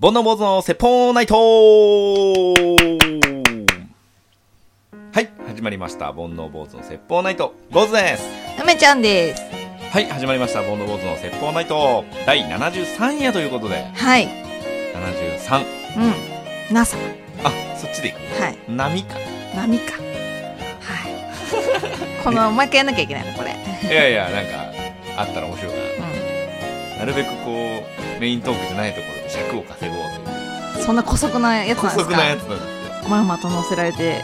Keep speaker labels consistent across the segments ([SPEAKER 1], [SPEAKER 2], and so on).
[SPEAKER 1] 煩悩坊主の説法ナイトはい、始まりました。煩悩坊主の説法ナイト。坊主です。
[SPEAKER 2] 梅ちゃんです。
[SPEAKER 1] はい、始まりました。煩悩坊主の説法ナイト。第73夜ということで、
[SPEAKER 2] はい。
[SPEAKER 1] 73。
[SPEAKER 2] うん。なさ。
[SPEAKER 1] あ、そっちでいく。
[SPEAKER 2] はい。
[SPEAKER 1] 波か。
[SPEAKER 2] 波か。はい。 この、毎回やんなきゃいけないの、これ。
[SPEAKER 1] いやいや、なんか、あったら面白いな。なるべくこう、メイントークじゃないところで尺を稼ごうという。
[SPEAKER 2] うん。そんな古速なやつ
[SPEAKER 1] 高
[SPEAKER 2] なんです
[SPEAKER 1] 速
[SPEAKER 2] か
[SPEAKER 1] なやつなんですよ。
[SPEAKER 2] まあまあと乗せられ て、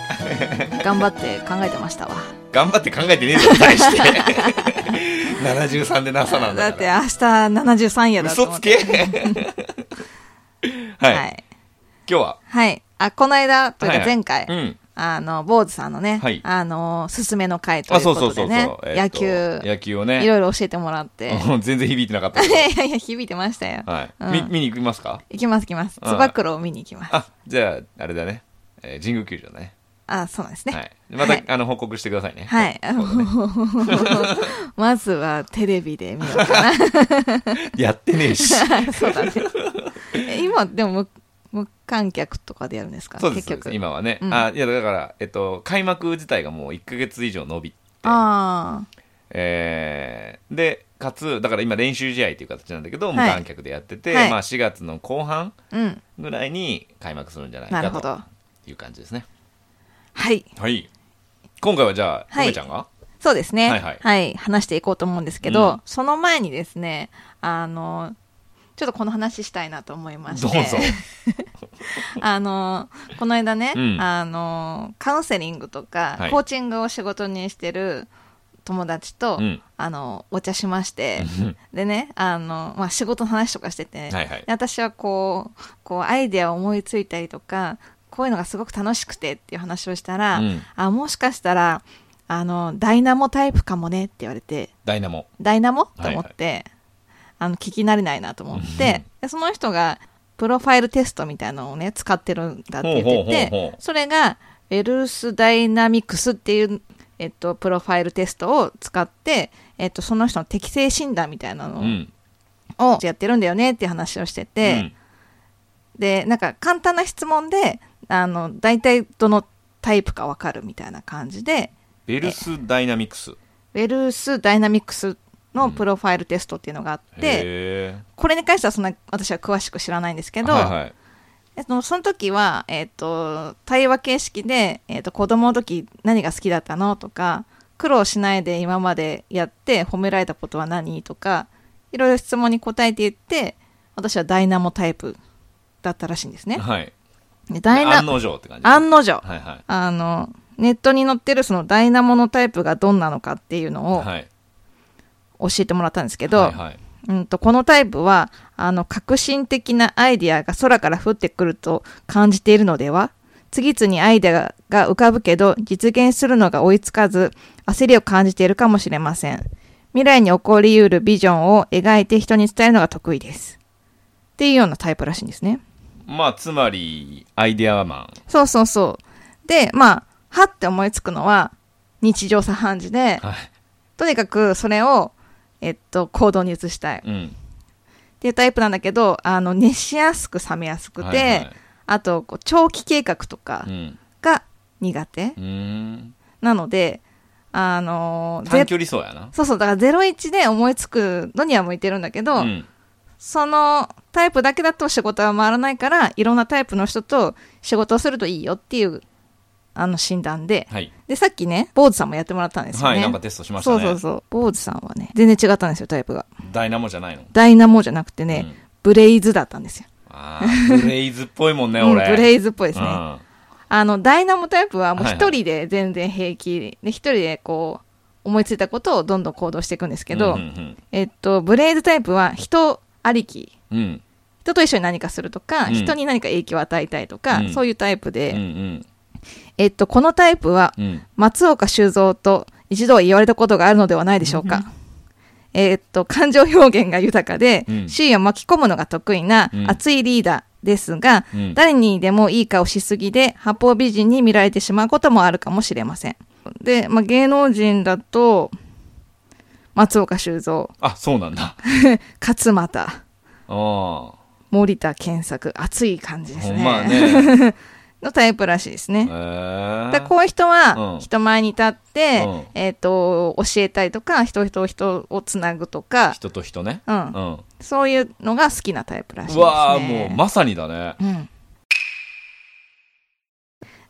[SPEAKER 2] 頑張って考えてましたわ。
[SPEAKER 1] 頑張って考えてねえだろ、対 して。73でなさなん
[SPEAKER 2] だ
[SPEAKER 1] だ
[SPEAKER 2] っ
[SPEAKER 1] か
[SPEAKER 2] て
[SPEAKER 1] ら。
[SPEAKER 2] 明日73夜だと
[SPEAKER 1] 嘘
[SPEAKER 2] 思っ
[SPEAKER 1] つ
[SPEAKER 2] て。
[SPEAKER 1] け はい、
[SPEAKER 2] は
[SPEAKER 1] 今
[SPEAKER 2] い。
[SPEAKER 1] 日は、
[SPEAKER 2] はい。あ、この間、という
[SPEAKER 1] は
[SPEAKER 2] か
[SPEAKER 1] いはい
[SPEAKER 2] 前回、
[SPEAKER 1] うん。
[SPEAKER 2] あの、坊主さんのね、
[SPEAKER 1] はい
[SPEAKER 2] あの、すすめの回とい
[SPEAKER 1] あ、
[SPEAKER 2] う
[SPEAKER 1] そ
[SPEAKER 2] こ
[SPEAKER 1] うそう
[SPEAKER 2] と
[SPEAKER 1] そ
[SPEAKER 2] で
[SPEAKER 1] うそう。
[SPEAKER 2] ね、
[SPEAKER 1] え
[SPEAKER 2] 野
[SPEAKER 1] っと
[SPEAKER 2] 球、
[SPEAKER 1] 野球をね。
[SPEAKER 2] いろいろ教えてもらって。
[SPEAKER 1] うん 全然響いてなかった。
[SPEAKER 2] いやいや、響いてましたよ。
[SPEAKER 1] はい。
[SPEAKER 2] うん
[SPEAKER 1] み見に行きますか
[SPEAKER 2] 行きます行きます。
[SPEAKER 1] うん
[SPEAKER 2] つば九郎を見に行きます。
[SPEAKER 1] あ、じゃあ、あれだね。えー神宮球場だね。
[SPEAKER 2] あ、そうなんです
[SPEAKER 1] は
[SPEAKER 2] ね。
[SPEAKER 1] い。また、
[SPEAKER 2] はい
[SPEAKER 1] あの、報告してくださいね。
[SPEAKER 2] はい。
[SPEAKER 1] そうだね
[SPEAKER 2] まずはテレビで見ようか
[SPEAKER 1] やってねえ し。
[SPEAKER 2] な。そうだね。え今、でも無、無観客とかでやるんですか
[SPEAKER 1] そうです、そう
[SPEAKER 2] 結
[SPEAKER 1] です
[SPEAKER 2] 局。
[SPEAKER 1] 今はね。
[SPEAKER 2] うん
[SPEAKER 1] あ、いや、だから、えっと、開幕自体がもう1ヶ月以上伸びて。
[SPEAKER 2] あ
[SPEAKER 1] えーで、かつ、だから今練習試合という形なんだけど、
[SPEAKER 2] い
[SPEAKER 1] 無観客でやってて、
[SPEAKER 2] はい
[SPEAKER 1] まあ4月の後半
[SPEAKER 2] あ。うん。
[SPEAKER 1] ぐらいに開幕するんじゃない
[SPEAKER 2] なるほど
[SPEAKER 1] かという感じですね。
[SPEAKER 2] はい。
[SPEAKER 1] はい。今回はじゃあ、
[SPEAKER 2] はい
[SPEAKER 1] 梅ちゃんが
[SPEAKER 2] そうですね。
[SPEAKER 1] はいはい
[SPEAKER 2] 話していこうと思うんですけど、
[SPEAKER 1] うん
[SPEAKER 2] その前にですね、あの、ちょっとこの話したいなと思いまして。
[SPEAKER 1] どうぞ。
[SPEAKER 2] あの、この間ね、
[SPEAKER 1] うん
[SPEAKER 2] あの、カウンセリングとか、
[SPEAKER 1] はい
[SPEAKER 2] コーチングを仕事にしてる友達と、
[SPEAKER 1] うん
[SPEAKER 2] あの、お茶しまして、
[SPEAKER 1] うん
[SPEAKER 2] でね、あの、まあ、仕事の話とかしてて、
[SPEAKER 1] はいはい
[SPEAKER 2] で私はこう、こう、アイデアを思いついたりとか、こういうのがすごく楽しくてっていう話をしたら、
[SPEAKER 1] うん
[SPEAKER 2] あ、もしかしたら、あの、ダイナモタイプかもねって言われて、
[SPEAKER 1] ダイナモ。
[SPEAKER 2] ダイナモと思って、あの聞き慣れないなと思って、でその人がプロファイルテストみたいなのをね使ってるんだって言って
[SPEAKER 1] ほうほう
[SPEAKER 2] て
[SPEAKER 1] ほうほう
[SPEAKER 2] それがエルスダイナミクスっていう、えっと、プロファイルテストを使って、えっと、その人の適性診断みたいな
[SPEAKER 1] う
[SPEAKER 2] の
[SPEAKER 1] ん。
[SPEAKER 2] をやってるんだよねっていう話をしてて、でなんか簡単な質問であの大体どのタイプか分かるみたいな感じで
[SPEAKER 1] ベルスダイナミクス。
[SPEAKER 2] ウェルスダイナミクスのプロファイルテストっていうのがあって、
[SPEAKER 1] へー
[SPEAKER 2] これに関してはそんな私は詳しく知らないんですけど、
[SPEAKER 1] はいはい
[SPEAKER 2] えっと、その時は、えっと、対話形式で、えっと、子供の時何が好きだったのとか苦労しないで今までやって褒められたことは何とかいろいろ質問に答えていって私はダイナモタイプだったらしいんですね。
[SPEAKER 1] はい。
[SPEAKER 2] でダイナ
[SPEAKER 1] 案の定って感じ。
[SPEAKER 2] 案の定
[SPEAKER 1] はいは
[SPEAKER 2] あのネットに載ってるそのダイナモのタイプがどんなのかっていう
[SPEAKER 1] い。
[SPEAKER 2] の
[SPEAKER 1] はい。
[SPEAKER 2] を教えてもらったんですけど、
[SPEAKER 1] はいはい
[SPEAKER 2] うんと、このタイプは、あの、革新的なアイディアが空から降ってくると感じているのでは次々にアイデアが浮かぶけど、実現するのが追いつかず、焦りを感じているかもしれません。未来に起こり得るビジョンを描いて人に伝えるのが得意です。っていうようなタイプらしいんですね。
[SPEAKER 1] まあ、つまり、アイデアマ
[SPEAKER 2] そうそうそう。で、まあ、はって思いつくのは、日常茶飯事で
[SPEAKER 1] ン。、はい。
[SPEAKER 2] とにかくそれを、えっと、行動に移したい。
[SPEAKER 1] うん。
[SPEAKER 2] っていうタイプなんだけどあの熱しやすく冷めやすくて、
[SPEAKER 1] はいはい
[SPEAKER 2] あとこう長期計画とか
[SPEAKER 1] うん。
[SPEAKER 2] が苦手
[SPEAKER 1] うーん。
[SPEAKER 2] なので、あのー
[SPEAKER 1] 短
[SPEAKER 2] ぜ
[SPEAKER 1] 距離走やな。
[SPEAKER 2] そうそうだから01で思いつくのには向いてるんだけど、
[SPEAKER 1] ん。
[SPEAKER 2] そのタイプだけだと仕事は回らないからいろんなタイプの人と仕事をするといいよっていうあの診断で
[SPEAKER 1] はい。
[SPEAKER 2] でさっきね坊主さんもやってもらったんですよね、
[SPEAKER 1] はい、なんかテストしました
[SPEAKER 2] そう
[SPEAKER 1] ね。
[SPEAKER 2] そうそう坊主さんはね全然違ったんですよタイプが
[SPEAKER 1] ダイナモじゃないの。
[SPEAKER 2] ダイナモじゃなくてね、
[SPEAKER 1] うん
[SPEAKER 2] ブレイズだったんですよ
[SPEAKER 1] あーブレイズっぽいもんね、俺。
[SPEAKER 2] うん、ブ
[SPEAKER 1] イズ
[SPEAKER 2] レイズっぽい
[SPEAKER 1] で
[SPEAKER 2] ですね、あのダイナモタイプはもう
[SPEAKER 1] はいはい
[SPEAKER 2] 一人で全然平気で一人でこう思いついたことをどんどん行動していくんですけど、
[SPEAKER 1] うんうん
[SPEAKER 2] えっと、ブレイズタイプは人ありき
[SPEAKER 1] うん。うん。
[SPEAKER 2] 人と一緒に何かするとか、
[SPEAKER 1] うん
[SPEAKER 2] 人に何か影響を与えたいとか、
[SPEAKER 1] うん
[SPEAKER 2] そういうタイプで、
[SPEAKER 1] うん
[SPEAKER 2] えっと、このタイプは
[SPEAKER 1] うん。うん。
[SPEAKER 2] 松岡修造と一度は言われたことがあるのではないでしょうか。えーっと、感情表現が豊かで、
[SPEAKER 1] うん
[SPEAKER 2] 周囲を巻き込むのが得意な
[SPEAKER 1] うん
[SPEAKER 2] 熱いリーダーですが、
[SPEAKER 1] うん
[SPEAKER 2] 誰にでもいい顔しすぎで、八方美人に見られてしまうこともあるかもしれません。で、まあ、芸能人だと、松岡修造、
[SPEAKER 1] あ、そうなんだ。
[SPEAKER 2] 勝俣、
[SPEAKER 1] ああ。
[SPEAKER 2] 森田健作、熱い感じです
[SPEAKER 1] ほ
[SPEAKER 2] ね。
[SPEAKER 1] んまや ね。
[SPEAKER 2] のタイプらしいです
[SPEAKER 1] え
[SPEAKER 2] ね。
[SPEAKER 1] ー
[SPEAKER 2] だからこういう人
[SPEAKER 1] う
[SPEAKER 2] は
[SPEAKER 1] ん
[SPEAKER 2] 人前に立って、
[SPEAKER 1] うん
[SPEAKER 2] えっ、と、教えたりとか、人人人をつなぐとか、
[SPEAKER 1] 人と人ね。
[SPEAKER 2] うん、
[SPEAKER 1] うん。
[SPEAKER 2] そういうのが好きなタイプらしいです、
[SPEAKER 1] う
[SPEAKER 2] ね。
[SPEAKER 1] わあ、もうまさにだね。
[SPEAKER 2] うん。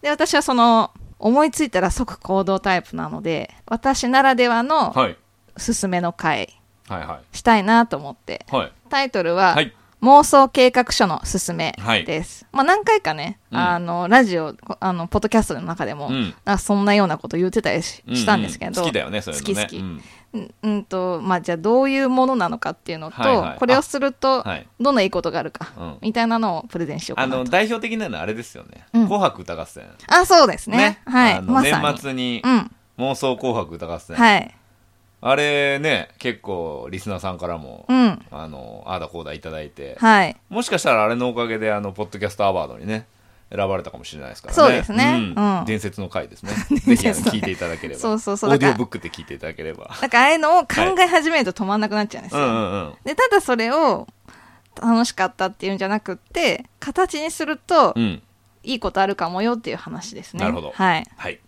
[SPEAKER 2] で、私はその、思いついたら即行動タイプなので、私ならではの
[SPEAKER 1] はい。
[SPEAKER 2] すすめの回
[SPEAKER 1] はいは
[SPEAKER 2] したいなと思って、
[SPEAKER 1] い。はい。
[SPEAKER 2] タイトルは、
[SPEAKER 1] はい。
[SPEAKER 2] 妄想計画書のすすめ
[SPEAKER 1] はい
[SPEAKER 2] です。まあ何回かね、
[SPEAKER 1] うん
[SPEAKER 2] あの、ラジオ、こあの、ポッドキャストの中でも、
[SPEAKER 1] うん
[SPEAKER 2] なんかそんなようなこと言ってたりし
[SPEAKER 1] うう
[SPEAKER 2] したんですけど、
[SPEAKER 1] 好きだよね、そういうのね。
[SPEAKER 2] 好き好き
[SPEAKER 1] うん
[SPEAKER 2] うんうんと、まあじゃあどういうものなのかっていうのと、
[SPEAKER 1] はいはい
[SPEAKER 2] これをすると、
[SPEAKER 1] はい。
[SPEAKER 2] どんないいことがあるか、
[SPEAKER 1] うん
[SPEAKER 2] みたいなのをプレゼンしよう
[SPEAKER 1] あ
[SPEAKER 2] かな
[SPEAKER 1] の、
[SPEAKER 2] と。
[SPEAKER 1] 代表的なのはあれですよね。
[SPEAKER 2] うん
[SPEAKER 1] 紅白歌合戦。
[SPEAKER 2] あそうですね。はい。
[SPEAKER 1] あの
[SPEAKER 2] まさに。
[SPEAKER 1] 年末に
[SPEAKER 2] うん。
[SPEAKER 1] 妄想紅白歌合戦。
[SPEAKER 2] はい。
[SPEAKER 1] あれね、結構リスナーさんからも
[SPEAKER 2] う、ん。
[SPEAKER 1] あの、あーだこうだいただいて、
[SPEAKER 2] はい。
[SPEAKER 1] もしかしたらあれのおかげで、あの、ポッドキャストアワードにね、選ばれたかもしれないですからね。
[SPEAKER 2] そうですね
[SPEAKER 1] うん
[SPEAKER 2] うん
[SPEAKER 1] 伝説の回ですね。ぜ
[SPEAKER 2] 伝
[SPEAKER 1] ひ、あの
[SPEAKER 2] 説の回
[SPEAKER 1] 聞いていただければ。
[SPEAKER 2] そうそうそう
[SPEAKER 1] オー
[SPEAKER 2] だ
[SPEAKER 1] デ
[SPEAKER 2] か
[SPEAKER 1] ィ
[SPEAKER 2] ら
[SPEAKER 1] オブックで聞いていただければ。
[SPEAKER 2] なんかああいうのを考え始めると止まんなくなっちゃうんです
[SPEAKER 1] う
[SPEAKER 2] よ。
[SPEAKER 1] んうんうん。
[SPEAKER 2] で、ただそれを楽しかったっていうんじゃなくって、形にすると
[SPEAKER 1] うん。
[SPEAKER 2] いいことあるかもよっていう話ですね。
[SPEAKER 1] なるほど
[SPEAKER 2] はい。
[SPEAKER 1] はい。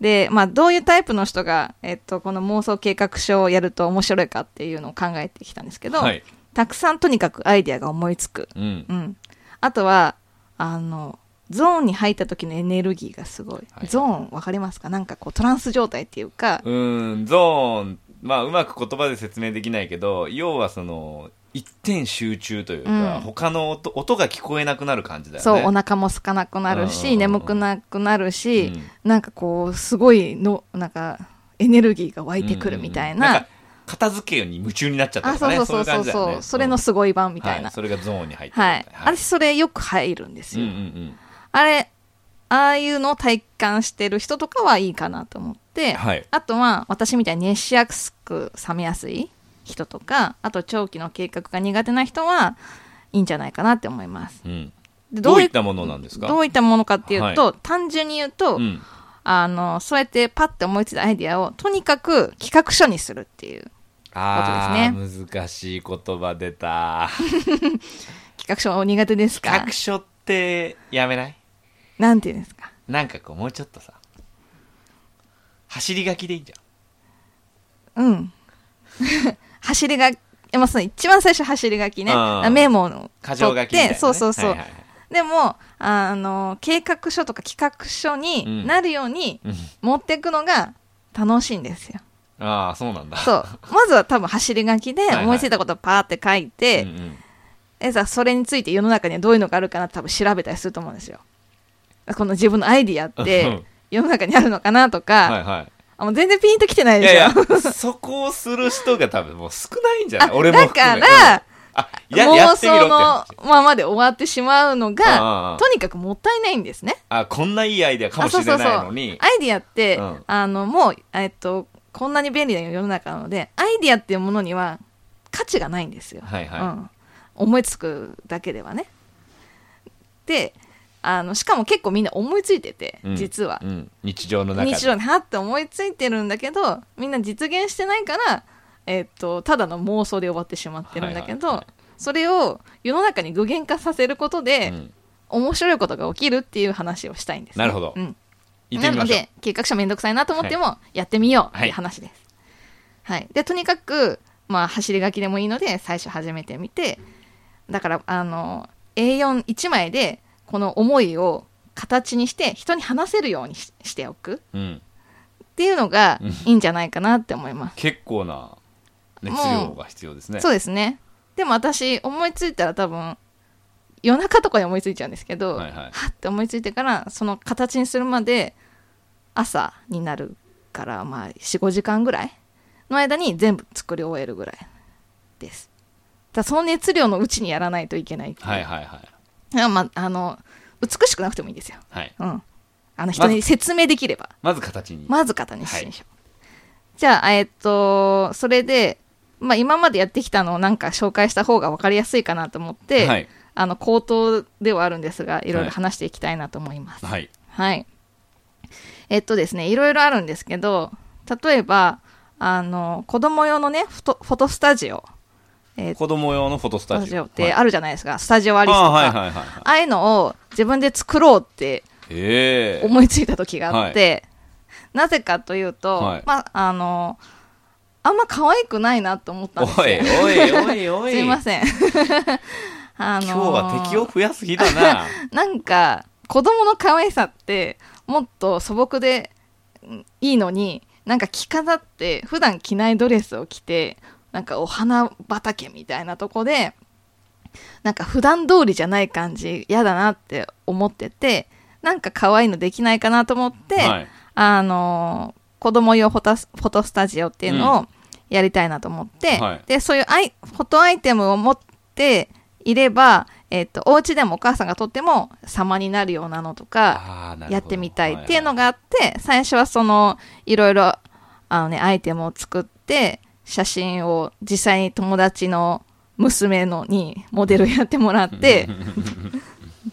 [SPEAKER 2] で、まあ、どういうタイプの人が、えっと、この妄想計画書をやると面白いかっていうのを考えてきたんですけど、
[SPEAKER 1] はい。
[SPEAKER 2] たくさんとにかくアイデアが思いつく。
[SPEAKER 1] うん
[SPEAKER 2] う。ん。あとは、あの、ゾーンに入った時のエネルギーがすごい。
[SPEAKER 1] はい
[SPEAKER 2] ゾーン、わかりますかなんかこう、トランス状態っていうか、
[SPEAKER 1] うーん、ゾーン、まあ、うまく言葉で説明できないけど、要はその、一点集中というか、
[SPEAKER 2] うん
[SPEAKER 1] 他の音音が聞こえなくなる感じだよね。
[SPEAKER 2] そう、お腹も空かなくなる
[SPEAKER 1] うんうんうんう
[SPEAKER 2] し、
[SPEAKER 1] ん
[SPEAKER 2] 眠くなくなるし、なんかこう、すごいの、なんか、エネルギーが湧いてくるみたい
[SPEAKER 1] うんうんうん
[SPEAKER 2] な。
[SPEAKER 1] んか片付けに夢中になっちゃった
[SPEAKER 2] あ、
[SPEAKER 1] と
[SPEAKER 2] そ
[SPEAKER 1] か
[SPEAKER 2] う
[SPEAKER 1] ね。
[SPEAKER 2] そうそうそう
[SPEAKER 1] い感じだよ
[SPEAKER 2] そ
[SPEAKER 1] ね
[SPEAKER 2] う、それのすごい版みたい
[SPEAKER 1] は
[SPEAKER 2] な。
[SPEAKER 1] それがゾーンに入ってるみた
[SPEAKER 2] はいい。
[SPEAKER 1] な
[SPEAKER 2] 私、それよく入るんです
[SPEAKER 1] うんう
[SPEAKER 2] よ。
[SPEAKER 1] んうん
[SPEAKER 2] あれ、ああいうのを体感してる人とかはいいかなと思って、
[SPEAKER 1] はい
[SPEAKER 2] あとは私みたいに熱しやすく冷めやすい人とか、あと長期の計画が苦手な人はいいんじゃないかなって思います。
[SPEAKER 1] うん
[SPEAKER 2] で
[SPEAKER 1] どういっ
[SPEAKER 2] ど
[SPEAKER 1] たものなんですか
[SPEAKER 2] ういったものかっていうと、単純に言うと、
[SPEAKER 1] うん
[SPEAKER 2] あの、そうやってパッて思いついたアイデアをとにかく企画書にするっていう
[SPEAKER 1] あ
[SPEAKER 2] ね
[SPEAKER 1] ー難しい言葉出た
[SPEAKER 2] 企画書お苦手ですか
[SPEAKER 1] 学書ってやめない
[SPEAKER 2] なんていうんですか
[SPEAKER 1] なんかこうもうちょっとさ走り書きでいいんじゃん
[SPEAKER 2] うん。 走りが、えまあ、その一番最初走り書きね。
[SPEAKER 1] うん
[SPEAKER 2] メモの
[SPEAKER 1] 箇条書きみたいな、ね、
[SPEAKER 2] そうそうそう。
[SPEAKER 1] はいはいはい
[SPEAKER 2] でも、あの、計画書とか企画書になるように
[SPEAKER 1] うん
[SPEAKER 2] 持っていくのが楽しいんですよ。
[SPEAKER 1] ああそうなんだ
[SPEAKER 2] そう。まずは多分走り書きで
[SPEAKER 1] はいはい
[SPEAKER 2] 思いついたことをパーって書いて、
[SPEAKER 1] うんうん
[SPEAKER 2] えさそれについて世の中にはどういうのがあるかなって多分調べたりすると思うんですよ。この自分のアイディアっ
[SPEAKER 1] う
[SPEAKER 2] て
[SPEAKER 1] ん
[SPEAKER 2] 世の中にあるのかなとか、
[SPEAKER 1] はいはい
[SPEAKER 2] あもう全然ピンときてない
[SPEAKER 1] い
[SPEAKER 2] でしょ。
[SPEAKER 1] やいや、そこをする人が多分もう少ないんじゃ ない俺も
[SPEAKER 2] だ
[SPEAKER 1] 含
[SPEAKER 2] か
[SPEAKER 1] め。
[SPEAKER 2] ら、
[SPEAKER 1] あ、やや
[SPEAKER 2] 妄
[SPEAKER 1] ってみろっ
[SPEAKER 2] 想
[SPEAKER 1] て話
[SPEAKER 2] の。ままで終わってしまうの
[SPEAKER 1] うんうんう
[SPEAKER 2] が
[SPEAKER 1] ん
[SPEAKER 2] とにかくもったいないんですね。
[SPEAKER 1] あ、こんないいアイデアかもしれないのに。
[SPEAKER 2] アイディアって、
[SPEAKER 1] うん
[SPEAKER 2] あのもう、えっと、こんなに便利な世の中なのでアイディアっていうものには価値がないんですよ、
[SPEAKER 1] はいはい
[SPEAKER 2] うん、思いつくだけではねであのしかも結構みんな思いついてて、
[SPEAKER 1] うん
[SPEAKER 2] 実は
[SPEAKER 1] う、ん日常の中で。
[SPEAKER 2] 日常にはって思いついてるんだけどみんな実現してないから、えっとただの妄想で終わってしまってるんだけど、
[SPEAKER 1] はいはいはい
[SPEAKER 2] それを世の中に具現化させることで、
[SPEAKER 1] うん
[SPEAKER 2] 面白いことが起きるっていう話をしたいんですね、
[SPEAKER 1] なるほど
[SPEAKER 2] うん
[SPEAKER 1] 行ってみ
[SPEAKER 2] な
[SPEAKER 1] ましょ
[SPEAKER 2] の
[SPEAKER 1] う。
[SPEAKER 2] で計画書めんどくさいなと思ってもやってみようっていう話です、はいでとにかく、まあ、走り書きでもいいので最初始めてみてだからあの A41 枚でこの思いを形にして人に話せるようにししておく
[SPEAKER 1] うん
[SPEAKER 2] っていうのがいいんじゃないかなって思います、
[SPEAKER 1] 結構な熱量が必要ですね。
[SPEAKER 2] そうですねでも私思いついたら多分夜中とかに思いついちゃうんですけど、
[SPEAKER 1] はいはい
[SPEAKER 2] はって思いついてからその形にするまで朝になるからまあ45時間ぐらいの間に全部作り終えるぐらいですただその熱量のうちにやらないといけないっていう
[SPEAKER 1] はいはいはい。
[SPEAKER 2] だからまああの美しくなくてもいいんですよ、
[SPEAKER 1] はい。
[SPEAKER 2] うん、あの人に説明できれば
[SPEAKER 1] まず形に。
[SPEAKER 2] まず型にしましょう、じゃあえっとそれで、まあ、今までやってきたのをなんか紹介した方が分かりやすいかなと思って、
[SPEAKER 1] はい。
[SPEAKER 2] あの口頭ではあるんですがいろいろ話していきたいなと思います、
[SPEAKER 1] はい。
[SPEAKER 2] はい。えっとですね、いろいろあるんですけど、例えば、あの、子供用のね、フォトフォトスタジオえー
[SPEAKER 1] 子供用のフォトス
[SPEAKER 2] スタ
[SPEAKER 1] タ
[SPEAKER 2] ジ
[SPEAKER 1] ジ
[SPEAKER 2] オ
[SPEAKER 1] オ
[SPEAKER 2] って
[SPEAKER 1] はい
[SPEAKER 2] あるじゃないですか、スタジオアリスと
[SPEAKER 1] あ
[SPEAKER 2] か
[SPEAKER 1] あ
[SPEAKER 2] あ,、
[SPEAKER 1] はいはいはいはい
[SPEAKER 2] あいうのを自分で作ろうって
[SPEAKER 1] ええ
[SPEAKER 2] 思いついた時があって、なぜかというと、
[SPEAKER 1] はい
[SPEAKER 2] まああのあんま可愛くないなと思ったんです
[SPEAKER 1] おい
[SPEAKER 2] よ
[SPEAKER 1] おいおいおい
[SPEAKER 2] すいませんあの
[SPEAKER 1] 今日は敵を増やす日だな
[SPEAKER 2] なんか子供の可愛さってもっと素朴でうんいいのになんか着飾って普段着ないドレスを着てなんかお花畑みたいなとこでなんか普段通りじゃない感じ嫌だなって思っててなんか可愛いの できないかなと思って、
[SPEAKER 1] はい
[SPEAKER 2] あの子供用フォトスフォトスタジオっていうの
[SPEAKER 1] う
[SPEAKER 2] をやりたいなと思って、
[SPEAKER 1] はい
[SPEAKER 2] でそういうアイフォトアイテムを持っていれば、えっとお家でもお母さんが撮っても様になるようなのと
[SPEAKER 1] あ
[SPEAKER 2] か
[SPEAKER 1] ーなるほど
[SPEAKER 2] やってみたいっていうの
[SPEAKER 1] は
[SPEAKER 2] があって、最初はそのいろいろあの、ね、アイテムを作って写真を実際に友達の娘のにモデルやっても らって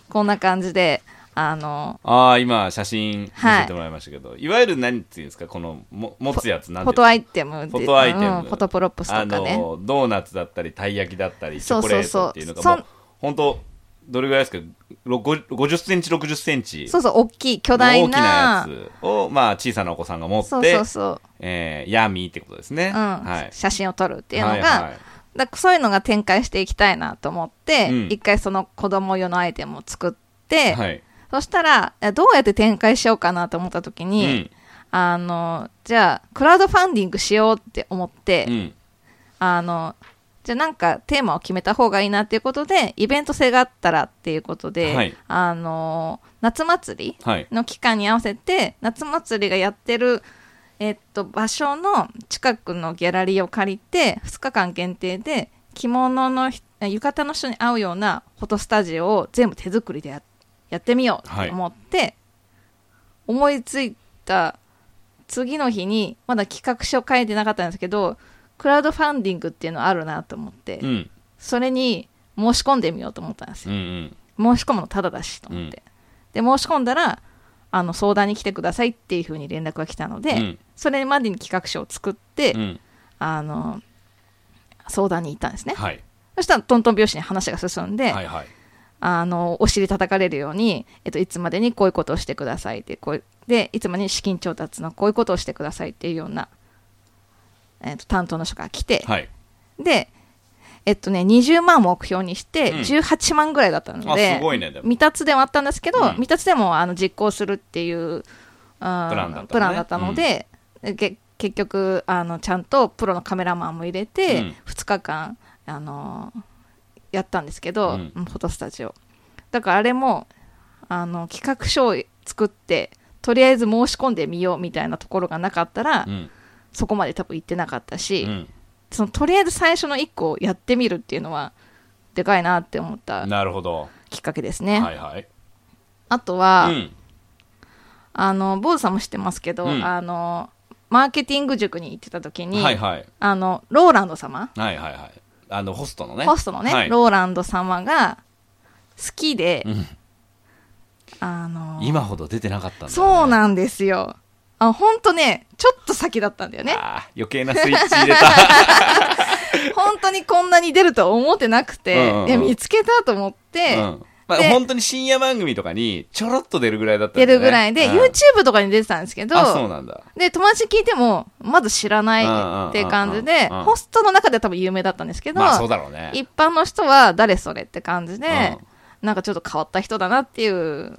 [SPEAKER 2] こんな感じであの
[SPEAKER 1] ああ今写真見せてもらいましたけど、い、わゆる何っていうんですかこのも持つやつなん
[SPEAKER 2] フォ
[SPEAKER 1] で
[SPEAKER 2] トアイテムで
[SPEAKER 1] フォトアイテム
[SPEAKER 2] うんフォトプロップスと
[SPEAKER 1] あ
[SPEAKER 2] かね
[SPEAKER 1] のドーナツだったりたい焼きだったりチ
[SPEAKER 2] そう
[SPEAKER 1] ョコレ
[SPEAKER 2] そ
[SPEAKER 1] ー
[SPEAKER 2] うそう
[SPEAKER 1] トっていうのが
[SPEAKER 2] そん
[SPEAKER 1] もう本当どれぐらいですかろご50センチ60センチ
[SPEAKER 2] そうそう、大きい、巨
[SPEAKER 1] の
[SPEAKER 2] 大
[SPEAKER 1] 大き
[SPEAKER 2] な
[SPEAKER 1] なや。つを、まあ、小さなお子さんが持って
[SPEAKER 2] そうそうそう。
[SPEAKER 1] えー、闇ってことですね、
[SPEAKER 2] うん、
[SPEAKER 1] はい、
[SPEAKER 2] 写真を撮るっていうのが、
[SPEAKER 1] はいはい
[SPEAKER 2] だからそういうのが展開していきたいなと思って、
[SPEAKER 1] うん
[SPEAKER 2] 一回その子供用のアイテムを作って、
[SPEAKER 1] はい
[SPEAKER 2] そしたら、えどうやって展開しようかなと思った時
[SPEAKER 1] う
[SPEAKER 2] に、
[SPEAKER 1] ん
[SPEAKER 2] あの、じゃあ、クラウドファンディングしようって思って、
[SPEAKER 1] うん
[SPEAKER 2] あの、じゃあなんかテーマを決めた方がいいなっていうことで、イベント性があったらっていうことで、
[SPEAKER 1] はい
[SPEAKER 2] あの、夏祭り
[SPEAKER 1] はい
[SPEAKER 2] の期間に合わせて夏祭りがやってる、えっと、場所の近くのギャラリーを借りて2日間限定で着物の人浴衣の人に合うようなフォトスタジオを全部手作りでややってみようと思って、思いついた次の日にまだ企画書書いてなかったんですけどクラウドファンディングっていうのあるなと思って、
[SPEAKER 1] うん
[SPEAKER 2] それに申し込んでみようと思ったんですよ
[SPEAKER 1] うんうん
[SPEAKER 2] 申し込むのただだしと思って、で申し込んだらあの相談に来てくださいっていうふうに連絡が来たので、
[SPEAKER 1] うん
[SPEAKER 2] それまでに企画書を作って、
[SPEAKER 1] うん
[SPEAKER 2] あの相談に行ったんですね、
[SPEAKER 1] はい
[SPEAKER 2] そしたらトントン拍子に話が進んで、
[SPEAKER 1] はいはい
[SPEAKER 2] あのお尻叩かれるように、えっと、いつまでにこういうことをしてくださいってこうでいつまでに資金調達のこういうことをしてくださいっていうような、えっと、担当の人が来て、
[SPEAKER 1] はい
[SPEAKER 2] でえっとね20万を目標にして
[SPEAKER 1] うん
[SPEAKER 2] 18万ぐらいだったの
[SPEAKER 1] あ
[SPEAKER 2] で、
[SPEAKER 1] すごいねでも
[SPEAKER 2] 未達ではあったんですけど、
[SPEAKER 1] うん
[SPEAKER 2] 未達でもあの実行するっていうあー
[SPEAKER 1] プランだったのね
[SPEAKER 2] プランだったので、け結局あのちゃんとプロのカメラマンも入れて、
[SPEAKER 1] うん
[SPEAKER 2] 2日間あのやったんですけ
[SPEAKER 1] う
[SPEAKER 2] ど、
[SPEAKER 1] ん
[SPEAKER 2] うんフォトスタジオだからあれもあの企画書を作ってとりあえず申し込んでみようみたいなところがなかったら、
[SPEAKER 1] うん
[SPEAKER 2] そこまで多分行ってなかったし、
[SPEAKER 1] うん
[SPEAKER 2] そのとりあえず最初の1個をやってみるっていうのはでかいなって思った
[SPEAKER 1] なるほど
[SPEAKER 2] きっかけですね、
[SPEAKER 1] はいはい
[SPEAKER 2] あとは、
[SPEAKER 1] うん
[SPEAKER 2] あの坊主さんも知ってますけど、
[SPEAKER 1] うん
[SPEAKER 2] あのマーケティング塾に行ってた時に、
[SPEAKER 1] はいはい
[SPEAKER 2] あのローランド様
[SPEAKER 1] はいはいはいあのホストのね
[SPEAKER 2] ホストのね、
[SPEAKER 1] はい
[SPEAKER 2] ローランド様が好きで、
[SPEAKER 1] うん
[SPEAKER 2] あの
[SPEAKER 1] 今ほど出てなかったんだよね
[SPEAKER 2] そうなんですよあほんとねちょっと先だったんだよね
[SPEAKER 1] あー余計なスイッチ入れた
[SPEAKER 2] 本当にこんなに出るとは思ってなく
[SPEAKER 1] うん
[SPEAKER 2] て、
[SPEAKER 1] うんうん
[SPEAKER 2] で見つけたと思って、
[SPEAKER 1] うんまあ
[SPEAKER 2] で
[SPEAKER 1] 本当に深夜番組とかにちょろっと出るぐらいだったんだ
[SPEAKER 2] 出
[SPEAKER 1] よね
[SPEAKER 2] るぐらいで、
[SPEAKER 1] うん
[SPEAKER 2] YouTube とかに出てたんですけど
[SPEAKER 1] あそうなんだ
[SPEAKER 2] で友達に聞いてもまず知らないっていう感じで
[SPEAKER 1] うんうんうんうん
[SPEAKER 2] ホストの中では多分有名だったんですけど、
[SPEAKER 1] まあそうだろうね
[SPEAKER 2] 一般の人は誰それって感じで、なんかちょっと変わった人だなっていう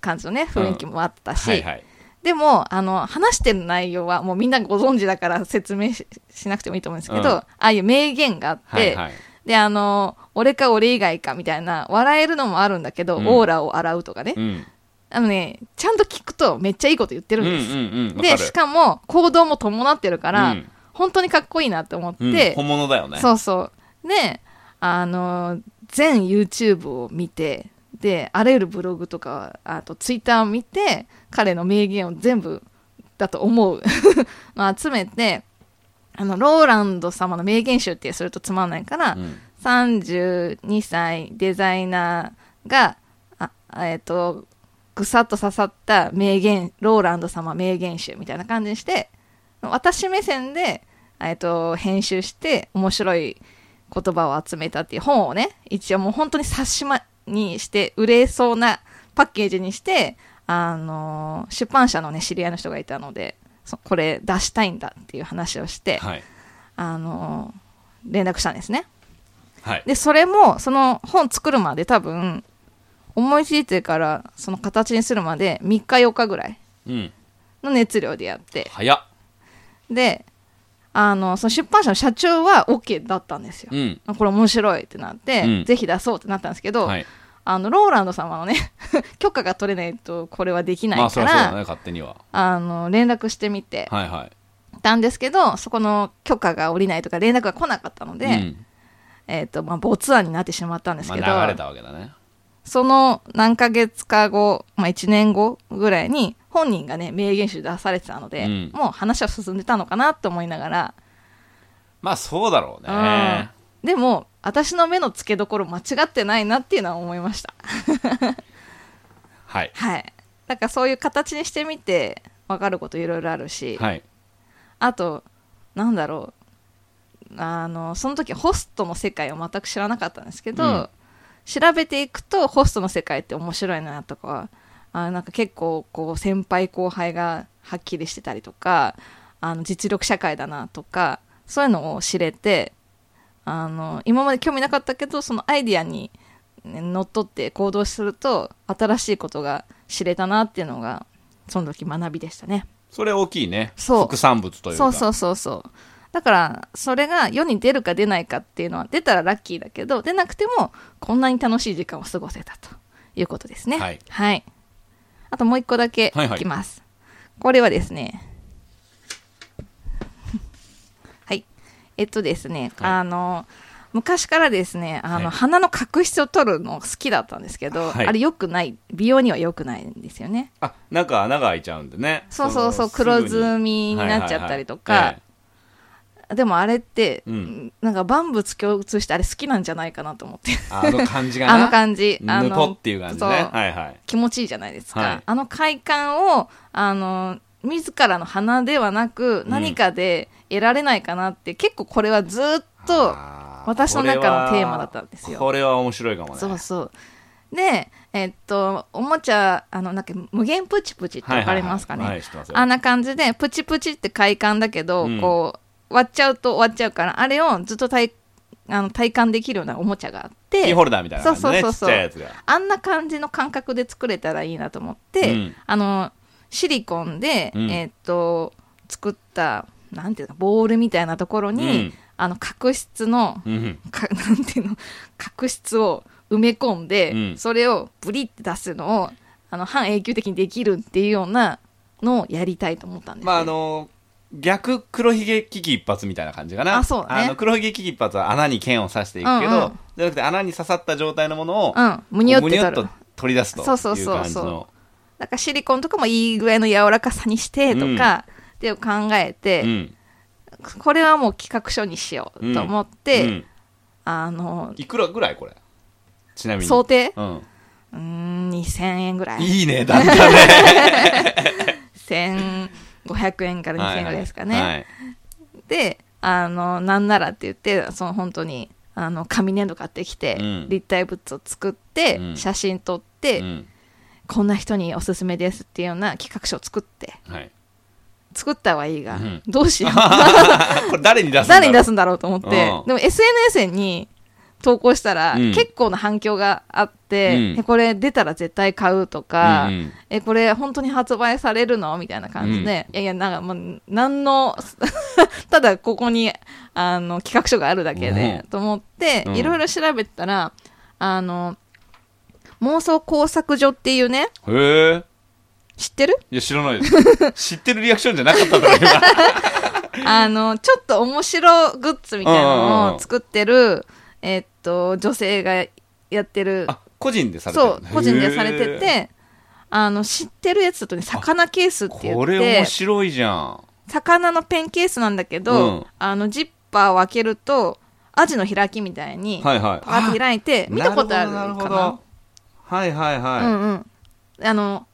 [SPEAKER 2] 感じのね雰囲気もあったし、
[SPEAKER 1] はいはい
[SPEAKER 2] でもあの話してる内容はもうみんなご存知だから説明ししなくてもいいと思うんですけど、
[SPEAKER 1] うん
[SPEAKER 2] ああいう名言があって、
[SPEAKER 1] はいはい
[SPEAKER 2] であの俺か俺以外かみたいな笑えるのもあるんだけど、
[SPEAKER 1] うん
[SPEAKER 2] オーラを洗うとかね、
[SPEAKER 1] うん
[SPEAKER 2] あのねちゃんと聞くとめっちゃいいこと言って
[SPEAKER 1] う
[SPEAKER 2] る
[SPEAKER 1] ん
[SPEAKER 2] ん
[SPEAKER 1] う
[SPEAKER 2] です、
[SPEAKER 1] んうんわか
[SPEAKER 2] で
[SPEAKER 1] る
[SPEAKER 2] しかも行動も伴ってるから、
[SPEAKER 1] うん
[SPEAKER 2] 本当にかっこいいなと思って、
[SPEAKER 1] うん本物だよね
[SPEAKER 2] そうそうであの全 YouTube を見てであらゆるブログとかあと Twitter を見て彼の名言を全部だと思う のを集めてあのローランド様の名言集ってするとつまんないから、
[SPEAKER 1] うん
[SPEAKER 2] 32歳デザイナーがあえっ、とぐさっと刺さった名言ローランド様名言集みたいな感じにして私目線で、えっと編集して面白い言葉を集めたっていう本をね一応もう本当に冊子まにして売れそうなパッケージにしてあの出版社のね知り合いの人がいたのでそこれ出したいんだっていう話をして、
[SPEAKER 1] はい
[SPEAKER 2] あの連絡したんですね
[SPEAKER 1] はい
[SPEAKER 2] でそれもその本作るまで多分思いついてからその形にするまで3日4日ぐらい
[SPEAKER 1] うん
[SPEAKER 2] の熱量でやって
[SPEAKER 1] 早っ
[SPEAKER 2] であのその出版社の社長は OK だったんですよ、
[SPEAKER 1] うん
[SPEAKER 2] あこれ面白いってなって、
[SPEAKER 1] うん
[SPEAKER 2] ぜひ出そうってなったんですけど、
[SPEAKER 1] はい
[SPEAKER 2] あのローランド様のね 許可が取れないとこれはできな
[SPEAKER 1] まあ
[SPEAKER 2] い
[SPEAKER 1] そ
[SPEAKER 2] か
[SPEAKER 1] りゃ
[SPEAKER 2] ら、
[SPEAKER 1] そう
[SPEAKER 2] あ
[SPEAKER 1] だね勝手には
[SPEAKER 2] の連絡してみて
[SPEAKER 1] はいはい
[SPEAKER 2] たんですけどそこの許可が下りないとか連絡が来なかったので、
[SPEAKER 1] うん
[SPEAKER 2] えーとまあ、没案になってしまったんですけど、
[SPEAKER 1] まあ、流れたわけだね
[SPEAKER 2] その何ヶ月か後、まあ、1年後ぐらいに本人がね名言集出されてたので、
[SPEAKER 1] うん
[SPEAKER 2] もう話は進んでたのかなと思いながら、
[SPEAKER 1] まあそうだろうね
[SPEAKER 2] うんでも私の目の付けどころ間違ってないなっていうのは思いました
[SPEAKER 1] はい
[SPEAKER 2] はいだからそういう形にしてみて分かることいろいろあるし、
[SPEAKER 1] はい
[SPEAKER 2] あとなんだろうあのその時ホストの世界を全く知らなかったんですけど、
[SPEAKER 1] うん
[SPEAKER 2] 調べていくとホストの世界って面白いなとかあなんか結構こう先輩後輩がはっきりしてたりとかあの実力社会だなとかそういうのを知れてあの今まで興味なかったけどそのアイディアにねのっとって行動すると新しいことが知れたなっていうのがその時学びでしたね。
[SPEAKER 1] それ大きいね
[SPEAKER 2] そう
[SPEAKER 1] 副産物というか
[SPEAKER 2] そうそうそうそうだからそれが世に出るか出ないかっていうのは出たらラッキーだけど出なくてもこんなに楽しい時間を過ごせたということですね
[SPEAKER 1] はい
[SPEAKER 2] あともう一個だけ
[SPEAKER 1] はいはい
[SPEAKER 2] いきます、これはですね はいえっとですね、
[SPEAKER 1] はい
[SPEAKER 2] あの昔からですねあの、
[SPEAKER 1] はい
[SPEAKER 2] 鼻の角質を取るの好きだったんですけど、
[SPEAKER 1] はい
[SPEAKER 2] あれ良くない美容には良くないんですよね
[SPEAKER 1] あなんか穴が開いちゃうんでね
[SPEAKER 2] そうそうそう
[SPEAKER 1] その
[SPEAKER 2] 黒ずみになっちゃったりとか
[SPEAKER 1] はいはいはいええ
[SPEAKER 2] でもあれって、
[SPEAKER 1] うん
[SPEAKER 2] なんか万物共通してあれ好きなんじゃないかなと思って
[SPEAKER 1] ああの感じがな
[SPEAKER 2] あの感じあ
[SPEAKER 1] ぬぽ
[SPEAKER 2] の
[SPEAKER 1] っていう感じね
[SPEAKER 2] そう
[SPEAKER 1] はいはい
[SPEAKER 2] 気持ちいいじゃないですか、
[SPEAKER 1] はい
[SPEAKER 2] あの快感をあの自らの鼻ではなく
[SPEAKER 1] うん
[SPEAKER 2] 何かで得られないかなって、結構これはずっと
[SPEAKER 1] あー
[SPEAKER 2] 私の中のテーマだったんですよ
[SPEAKER 1] これはこれは面白いかもね
[SPEAKER 2] そうそうでえっとおもちゃあのなんか無限プチプチって分かりますかね、
[SPEAKER 1] はいはいはいはい知ってますよ
[SPEAKER 2] あんな感じでプチプチって快感だけど、
[SPEAKER 1] うん
[SPEAKER 2] こう割っちゃうと終わっちゃうからあれをずっと体あの体感できるようなおもちゃがあっ
[SPEAKER 1] キ
[SPEAKER 2] て
[SPEAKER 1] ーホルダーみたいな感じね
[SPEAKER 2] そうそうそうそう
[SPEAKER 1] ちっちゃいやつが
[SPEAKER 2] あんな感じの感覚で作れたらいいなと思って、
[SPEAKER 1] うん
[SPEAKER 2] あのシリコンで、
[SPEAKER 1] うん
[SPEAKER 2] えーっと作ったなんていうかボールみたいなところに、
[SPEAKER 1] うん
[SPEAKER 2] あの角質の
[SPEAKER 1] うん
[SPEAKER 2] か なんていうの角質を埋め込んで、
[SPEAKER 1] うん
[SPEAKER 2] それをブリって出すのをあの半永久的にできるっていうようなのをやりたいと思ったんです、ね
[SPEAKER 1] まああの逆黒ひげ危機一髪みたいな感じかな
[SPEAKER 2] あそうだね
[SPEAKER 1] の黒ひげ危機一髪は穴に剣を刺していくけど、
[SPEAKER 2] うんうん
[SPEAKER 1] じゃなくて穴に刺さった状態のものを、
[SPEAKER 2] うんむにょって
[SPEAKER 1] む
[SPEAKER 2] た
[SPEAKER 1] に
[SPEAKER 2] る
[SPEAKER 1] ょっと取り出すという
[SPEAKER 2] そ
[SPEAKER 1] 感
[SPEAKER 2] う
[SPEAKER 1] じ
[SPEAKER 2] そ
[SPEAKER 1] の
[SPEAKER 2] うそうそうだからシリコンとかもいいぐらいの柔らかさにしてとか、っていうのを考えて、
[SPEAKER 1] うん
[SPEAKER 2] これはもう企画書にしようと思って、
[SPEAKER 1] うん
[SPEAKER 2] あの
[SPEAKER 1] いくらぐらいこれちなみに
[SPEAKER 2] 想定
[SPEAKER 1] うん、
[SPEAKER 2] うーん2000円ぐらい
[SPEAKER 1] いいねだんだんね
[SPEAKER 2] 1500円から2000円ぐらいですかね、
[SPEAKER 1] はいはい
[SPEAKER 2] であのなんならって言ってその本当にあの紙粘土買ってきて、
[SPEAKER 1] うん
[SPEAKER 2] 立体物を作って、
[SPEAKER 1] うん
[SPEAKER 2] 写真撮っ
[SPEAKER 1] は
[SPEAKER 2] て、
[SPEAKER 1] いうん
[SPEAKER 2] こんな人におすすめですっていうような企画書を作って
[SPEAKER 1] はい、
[SPEAKER 2] 作ったはいいが、
[SPEAKER 1] うん
[SPEAKER 2] どう しよう
[SPEAKER 1] あこれ誰に出すんだろう
[SPEAKER 2] 誰に出すんだろうと思って、
[SPEAKER 1] うん
[SPEAKER 2] でも SNS に投稿したら、
[SPEAKER 1] うん
[SPEAKER 2] 結構な反響があって、
[SPEAKER 1] うん
[SPEAKER 2] えこれ出たら絶対買うとか、
[SPEAKER 1] うんうん
[SPEAKER 2] えこれ本当に発売されるのみたいな感じで、いやいやなんかもう何の ただここにあの企画書があるだけで、
[SPEAKER 1] うん
[SPEAKER 2] と思って
[SPEAKER 1] うん
[SPEAKER 2] いろいろ調べてたらあの妄想工作所っていうね
[SPEAKER 1] へえ
[SPEAKER 2] 知ってる
[SPEAKER 1] いや知らない です知ってるリアクションじゃなかったから今
[SPEAKER 2] あのちょっと面白グッズみたいなのを作ってる、えっと女性がやってる
[SPEAKER 1] あ個人でされてる
[SPEAKER 2] そう個人でされててあの知ってるやつだとね魚ケースって言って
[SPEAKER 1] これ面白いじゃん
[SPEAKER 2] 魚のペンケースなんだけど、
[SPEAKER 1] うん
[SPEAKER 2] あのジッパーを開けるとアジの開きみたいにパ
[SPEAKER 1] はいはい
[SPEAKER 2] ーって開いて見たことある
[SPEAKER 1] なるほ
[SPEAKER 2] か
[SPEAKER 1] ど
[SPEAKER 2] な
[SPEAKER 1] はいはいはい、
[SPEAKER 2] うんうんあの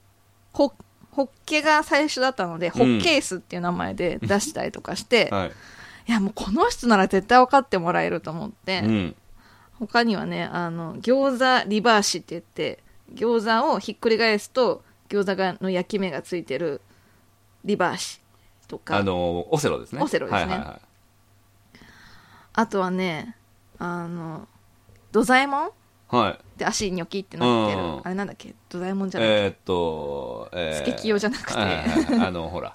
[SPEAKER 2] ホホッケが最初だったのでホッケースっていう名前で出したりとかして、
[SPEAKER 1] はい、
[SPEAKER 2] いやもうこの人なら絶対分かってもらえると思って、
[SPEAKER 1] うん
[SPEAKER 2] 他にはねあの餃子リバーシって言って餃子をひっくり返すと餃子がの焼き目がついてるリバーシとか
[SPEAKER 1] あのオセロですね
[SPEAKER 2] オセロですね
[SPEAKER 1] はいはいはい
[SPEAKER 2] あとはねあの土左衛門っ
[SPEAKER 1] はい、
[SPEAKER 2] て足ニョキってなってる、
[SPEAKER 1] うん
[SPEAKER 2] あれなんだっけ土左衛門じゃなくて、
[SPEAKER 1] えーっと、え
[SPEAKER 2] スケキヨじゃなくて
[SPEAKER 1] はいはいはいあのほら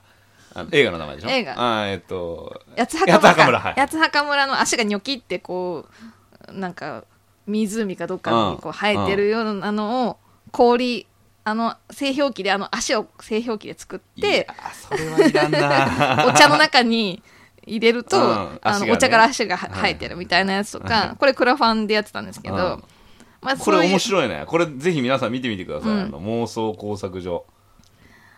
[SPEAKER 1] あの映画の名前でしょ
[SPEAKER 2] 映画
[SPEAKER 1] あーえーっと
[SPEAKER 2] 八つ
[SPEAKER 1] 八
[SPEAKER 2] 墓
[SPEAKER 1] つ墓
[SPEAKER 2] 村
[SPEAKER 1] 村
[SPEAKER 2] か
[SPEAKER 1] はい
[SPEAKER 2] 八つ墓村の足がニョキってこうなんか湖かどっかにこう生えてるようなのを氷あの製氷機であの足を製氷機で作っ
[SPEAKER 1] いや
[SPEAKER 2] て
[SPEAKER 1] ーそれはいらん な
[SPEAKER 2] お茶の中に入れると、
[SPEAKER 1] うん
[SPEAKER 2] あ
[SPEAKER 1] 足
[SPEAKER 2] の
[SPEAKER 1] がね
[SPEAKER 2] お茶から足がは生えてるみたいなやつとか、これクラファンでやってたんですけど、
[SPEAKER 1] うん
[SPEAKER 2] まあ
[SPEAKER 1] これ
[SPEAKER 2] そういう
[SPEAKER 1] 面白いねこれぜひ皆さん見てみてください、
[SPEAKER 2] うん
[SPEAKER 1] あの妄想工作所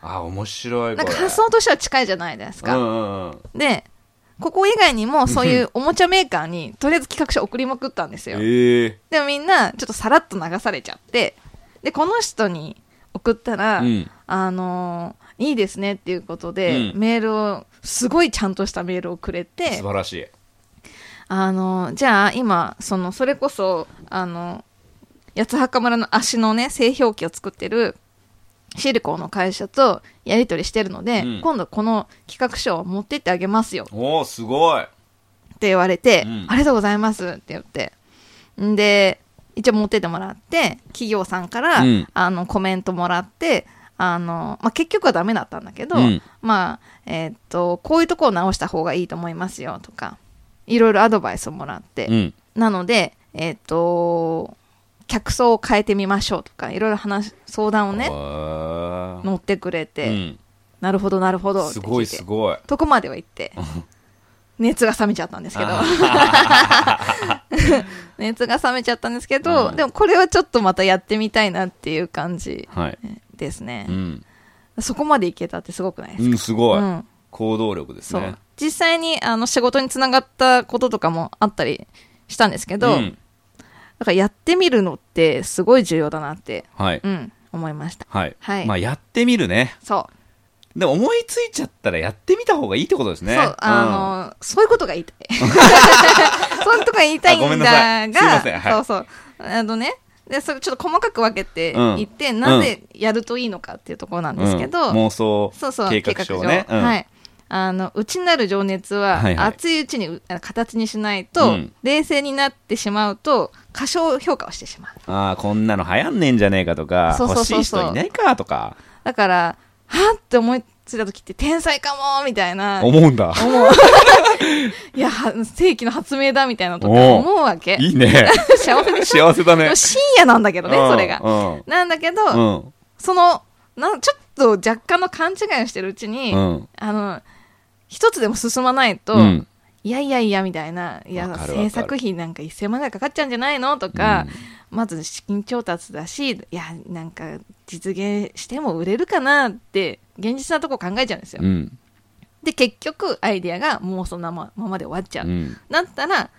[SPEAKER 1] あー面白いこ
[SPEAKER 2] なん
[SPEAKER 1] れ
[SPEAKER 2] か発想としては近いじゃないです
[SPEAKER 1] うん
[SPEAKER 2] か。
[SPEAKER 1] うんうん
[SPEAKER 2] でここ以外にもそういうおもちゃメーカーにとりあえず企画書送りまくったんですよ。
[SPEAKER 1] ええ
[SPEAKER 2] でもみんなちょっとさらっと流されちゃってでこの人に送ったら、
[SPEAKER 1] うん
[SPEAKER 2] あのーいいですねっていうことで、
[SPEAKER 1] うん
[SPEAKER 2] メールをすごいちゃんとしたメールをくれて
[SPEAKER 1] 素晴らしい
[SPEAKER 2] あのーじゃあ今そのそれこそあの八つ墓村の足のね製氷機を作ってるシリコンの会社とやり取りしてるので、
[SPEAKER 1] うん
[SPEAKER 2] 今度この企画書を持ってってあげますよ
[SPEAKER 1] おおすごい
[SPEAKER 2] って言われて、
[SPEAKER 1] うん
[SPEAKER 2] ありがとうございますって言ってんで一応持ってってもらって企業さんから、
[SPEAKER 1] うん
[SPEAKER 2] あのコメントもらってあの、まあ、結局はダメだったんだけど、
[SPEAKER 1] うん
[SPEAKER 2] まあえーっとこういうとこを直した方がいいと思いますよとかいろいろアドバイスをもらって、
[SPEAKER 1] ん
[SPEAKER 2] なのでえーっと客層を変えてみましょうとかいろいろ話相談を
[SPEAKER 1] ね
[SPEAKER 2] ね乗ってくれて、
[SPEAKER 1] うん
[SPEAKER 2] なるほどなるほどって
[SPEAKER 1] す
[SPEAKER 2] 聞いて
[SPEAKER 1] ごいすごい
[SPEAKER 2] どこまでは行って熱が冷めちゃったんですけど熱が冷めちゃったんですけど、
[SPEAKER 1] うん
[SPEAKER 2] でもこれはちょっとまたやってみたいなっていう感じ
[SPEAKER 1] はい
[SPEAKER 2] ですね
[SPEAKER 1] う、ん
[SPEAKER 2] そこまでいけたってすごくないです
[SPEAKER 1] う
[SPEAKER 2] か、
[SPEAKER 1] んすごい
[SPEAKER 2] うん
[SPEAKER 1] 行動力です
[SPEAKER 2] そう
[SPEAKER 1] ね
[SPEAKER 2] 実際にあの仕事につながったこととかもあったりしたんですけど、
[SPEAKER 1] ん
[SPEAKER 2] だからやってみるのってすごい重要だなって、
[SPEAKER 1] はい
[SPEAKER 2] うん、思いました
[SPEAKER 1] はい
[SPEAKER 2] はい
[SPEAKER 1] まあやってみるね
[SPEAKER 2] そう
[SPEAKER 1] でも思いついちゃったらやってみた方がいいってことですね
[SPEAKER 2] そう、あの、そういうことが言いた い。そういうことが言いたい
[SPEAKER 1] あごめ
[SPEAKER 2] ん
[SPEAKER 1] んなさ
[SPEAKER 2] だ
[SPEAKER 1] い
[SPEAKER 2] が、
[SPEAKER 1] すいませんはい
[SPEAKER 2] そうそう。あのね、で、それちょっと細かく分けて
[SPEAKER 1] うん
[SPEAKER 2] いって、なぜやるといいのかっていうところなん
[SPEAKER 1] うん
[SPEAKER 2] ですけど、
[SPEAKER 1] うん妄想
[SPEAKER 2] そうそう、
[SPEAKER 1] 計画書を
[SPEAKER 2] 計
[SPEAKER 1] ねうん
[SPEAKER 2] はい。あの、内なる情熱は
[SPEAKER 1] はい、はい
[SPEAKER 2] 熱いうちにうあの形にしない
[SPEAKER 1] う
[SPEAKER 2] と、
[SPEAKER 1] ん
[SPEAKER 2] 冷静になってしまうと、過小評価をしてしまう。
[SPEAKER 1] ああこんなの流行んねえんじゃねえかとか
[SPEAKER 2] そうそう
[SPEAKER 1] 欲し
[SPEAKER 2] そう
[SPEAKER 1] い
[SPEAKER 2] そう
[SPEAKER 1] 人いないかとか
[SPEAKER 2] だから、はぁって思いついた時って、天才かもみたいな、
[SPEAKER 1] 思うんだ
[SPEAKER 2] 思う。いや、は世紀の発明だみたいなとか
[SPEAKER 1] おう
[SPEAKER 2] 思うわけ。
[SPEAKER 1] いいね
[SPEAKER 2] 幸せでしょ
[SPEAKER 1] 幸せだ
[SPEAKER 2] で
[SPEAKER 1] ね
[SPEAKER 2] も深夜なんだけどね、
[SPEAKER 1] うん
[SPEAKER 2] それが。
[SPEAKER 1] う
[SPEAKER 2] なんだけど、
[SPEAKER 1] んうん
[SPEAKER 2] そのなん、ちょっと若干の勘違いをしてるうちに、
[SPEAKER 1] うん
[SPEAKER 2] あの、一つでも進まないと、
[SPEAKER 1] うん
[SPEAKER 2] いやいやいやみたいな、いや
[SPEAKER 1] わ、かるわか
[SPEAKER 2] 制
[SPEAKER 1] る
[SPEAKER 2] 作費なんか1000万ぐらいかかっちゃうんじゃないのとか、まず資金調達だし、いや、なんか実現しても売れるかなって、現実なとこ考えちゃうんですよ。
[SPEAKER 1] うん
[SPEAKER 2] で、結局、アイデアがもうそんなまままで終わっちゃう。
[SPEAKER 1] うん
[SPEAKER 2] だったら、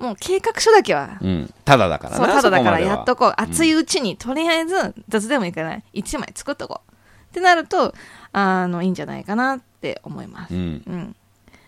[SPEAKER 2] もう計画書だけは、
[SPEAKER 1] うんただだから
[SPEAKER 2] そう、
[SPEAKER 1] な
[SPEAKER 2] ただだ
[SPEAKER 1] そこま
[SPEAKER 2] から
[SPEAKER 1] では
[SPEAKER 2] やっとこう。
[SPEAKER 1] ん
[SPEAKER 2] 熱いうちに、とりあえず、雑でもいいから、1枚作っとこう。ってなると、あの、いいんじゃないかなって思います。
[SPEAKER 1] う
[SPEAKER 2] うん。
[SPEAKER 1] ん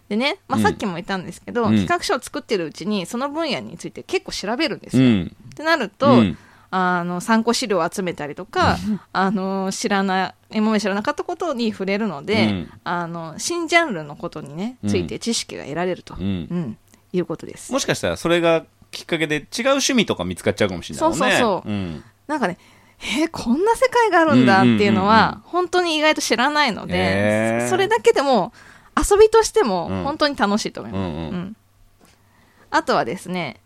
[SPEAKER 2] でね、まあ、
[SPEAKER 1] うん
[SPEAKER 2] さっきも言ったんですけど、
[SPEAKER 1] うん
[SPEAKER 2] 企画書を作ってるうちに、その分野について結構調べるんです
[SPEAKER 1] う
[SPEAKER 2] よ。
[SPEAKER 1] ん
[SPEAKER 2] ってなると、
[SPEAKER 1] うん
[SPEAKER 2] あの参考資料を集めたり とか、あの知らない今まで知らなかったことに触れるので、
[SPEAKER 1] うん
[SPEAKER 2] あの新ジャンルのことにねついて知識が得られると、
[SPEAKER 1] う
[SPEAKER 2] うん
[SPEAKER 1] ん
[SPEAKER 2] いうことです
[SPEAKER 1] もしかしたらそれがきっかけで違う趣味とか見つかっちゃうかもしれないもんね。
[SPEAKER 2] そうそうそ
[SPEAKER 1] うん
[SPEAKER 2] なんかねえーこんな世界があるんだってい
[SPEAKER 1] うんう
[SPEAKER 2] うの
[SPEAKER 1] んうん
[SPEAKER 2] は、本当に意外と知らないので、
[SPEAKER 1] へー
[SPEAKER 2] それだけでも遊びとしても
[SPEAKER 1] うん
[SPEAKER 2] 本当に楽しいと思います、
[SPEAKER 1] うんうん
[SPEAKER 2] うんあとはですね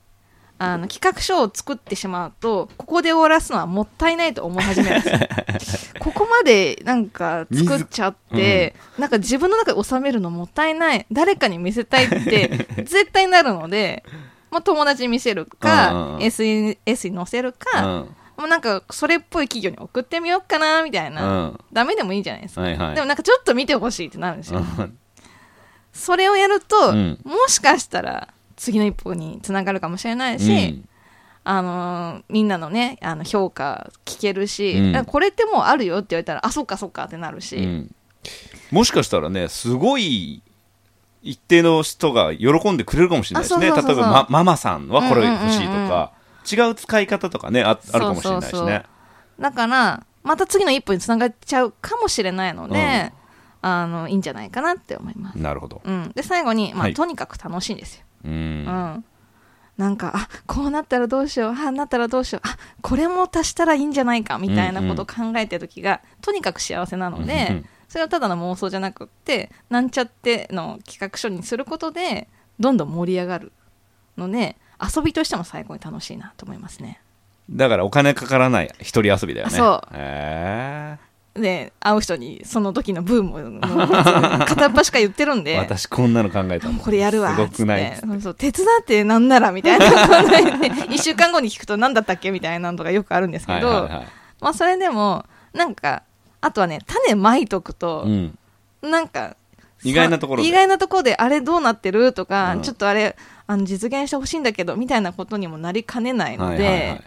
[SPEAKER 2] あの企画書を作ってしまうとここで終わらすのはもったいないと思い始める んですよここまでなんか作っちゃって、なんか自分の中で収めるのもったいない誰かに見せたいって 絶対なるので、まあ、友達に見せる
[SPEAKER 1] うんうん
[SPEAKER 2] か
[SPEAKER 1] うん
[SPEAKER 2] SNS に載せる
[SPEAKER 1] う
[SPEAKER 2] か、
[SPEAKER 1] ん
[SPEAKER 2] もうなんかそれっぽい企業に送ってみようかなみたいな、
[SPEAKER 1] うん
[SPEAKER 2] ダメでもいいじゃないですか、
[SPEAKER 1] はいはい
[SPEAKER 2] でもなんかちょっと見てほしいってなるんですよ、
[SPEAKER 1] うん
[SPEAKER 2] それをやると、
[SPEAKER 1] うん
[SPEAKER 2] もしかしたら次の一歩につながるかもしれないし、あのーみんなのねあの評価聞けるし、
[SPEAKER 1] うん
[SPEAKER 2] だからこれってもうあるよって言われたらあそっかそっかってなるし、
[SPEAKER 1] うんもしかしたらねすごい一定の人が喜んでくれるかもしれないしね。
[SPEAKER 2] あそうそうそうそう
[SPEAKER 1] 例えば、ま、ママさんはこれ欲しいと
[SPEAKER 2] うんうんうん
[SPEAKER 1] か、違う使い方とかね、ああるかもしれないしね。
[SPEAKER 2] そうそうそうだからまた次の一歩につながっちゃうかもしれないので、あのいいんじゃないかなって思います、
[SPEAKER 1] なるほど。
[SPEAKER 2] うん、で最後に、まあ
[SPEAKER 1] はい
[SPEAKER 2] とにかく楽しいんですよ、
[SPEAKER 1] う
[SPEAKER 2] うん
[SPEAKER 1] ん。
[SPEAKER 2] なんかあこうなったらどうしようああなったらどうしようあこれも足したらいいんじゃないかみたいなことを考えてる時が、とにかく幸せなので、
[SPEAKER 1] うんうん
[SPEAKER 2] それはただの妄想じゃなくってなんちゃっての企画書にすることでどんどん盛り上がるので遊びとしても最高に楽しいなと思いますね。
[SPEAKER 1] だからお金かからない一人遊びだよね。
[SPEAKER 2] そう
[SPEAKER 1] へ
[SPEAKER 2] で会う人にその時のブ ームの片っ端から言ってるん
[SPEAKER 1] え
[SPEAKER 2] で
[SPEAKER 1] 私こんなの考えたもん
[SPEAKER 2] これやるわ
[SPEAKER 1] すごくな
[SPEAKER 2] つっ
[SPEAKER 1] い
[SPEAKER 2] てそうそう手伝ってなんなら みたいなことで一週間後に聞くと何だったっけみたいなのがよくあるんです
[SPEAKER 1] は
[SPEAKER 2] け
[SPEAKER 1] い
[SPEAKER 2] ど、
[SPEAKER 1] はいはい。
[SPEAKER 2] まあそれでもなんかあとはね種まいとくと
[SPEAKER 1] う、ん。
[SPEAKER 2] なんか
[SPEAKER 1] 意外なところで
[SPEAKER 2] さ意外なところであれどうなってるとか、
[SPEAKER 1] うん
[SPEAKER 2] ちょっとあれあの実現してほしいんだけどみたいなことにもなりかねないの
[SPEAKER 1] はい
[SPEAKER 2] で、
[SPEAKER 1] はいはい。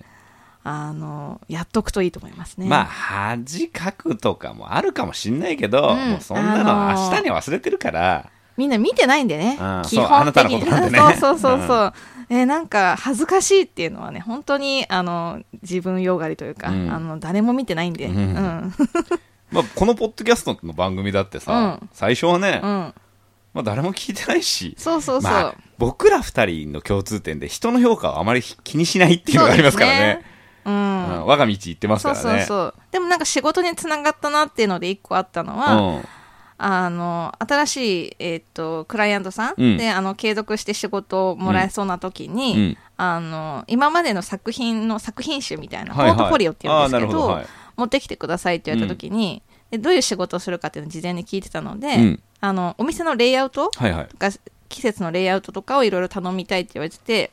[SPEAKER 2] あのやっとくといいと思いますね。
[SPEAKER 1] まあ恥かくとかもあるかもしんないけど、
[SPEAKER 2] うん
[SPEAKER 1] もうそんなの
[SPEAKER 2] あのー
[SPEAKER 1] 明日に忘れてるから、
[SPEAKER 2] みんな見てないんでね
[SPEAKER 1] うん、
[SPEAKER 2] 基
[SPEAKER 1] そうあ
[SPEAKER 2] 本
[SPEAKER 1] な
[SPEAKER 2] 的
[SPEAKER 1] たのこ
[SPEAKER 2] に
[SPEAKER 1] となんでね
[SPEAKER 2] そうそうそうそう、えーなんか恥ずかしいっていうのはね本当にあの自分よがりというか、
[SPEAKER 1] うん
[SPEAKER 2] あの誰も見てないんで、う
[SPEAKER 1] うんん
[SPEAKER 2] うん
[SPEAKER 1] まあ、このポッドキャストの番組だってさ、
[SPEAKER 2] うん
[SPEAKER 1] 最初はね、まあ、誰も聞いてないし
[SPEAKER 2] そうそうそう、
[SPEAKER 1] まあ、僕ら二人の共通点で人の評価をあまり気にしないっていうのがありますからね
[SPEAKER 2] そうですね、う
[SPEAKER 1] うんん我が道行ってますか
[SPEAKER 2] そう
[SPEAKER 1] らね
[SPEAKER 2] そうそうでもなんか仕事につながったなっていうので一個あったのは、あの新しい、えーっとクライアントさん、
[SPEAKER 1] うん
[SPEAKER 2] であの継続して仕事をもらえそうな時に、
[SPEAKER 1] うんうん
[SPEAKER 2] あの今までの作品の作品集みたいな、
[SPEAKER 1] はいはい
[SPEAKER 2] ポートフォリオっていうんですけ
[SPEAKER 1] あーなるほどはい
[SPEAKER 2] 持ってきてくださいって言われた時に、でどういう仕事をするかっていうのを事前に聞いてたので、
[SPEAKER 1] うん
[SPEAKER 2] あのお店のレイアウト
[SPEAKER 1] はいはい
[SPEAKER 2] とか季節のレイアウトとかをいろいろ頼みたいって言われてて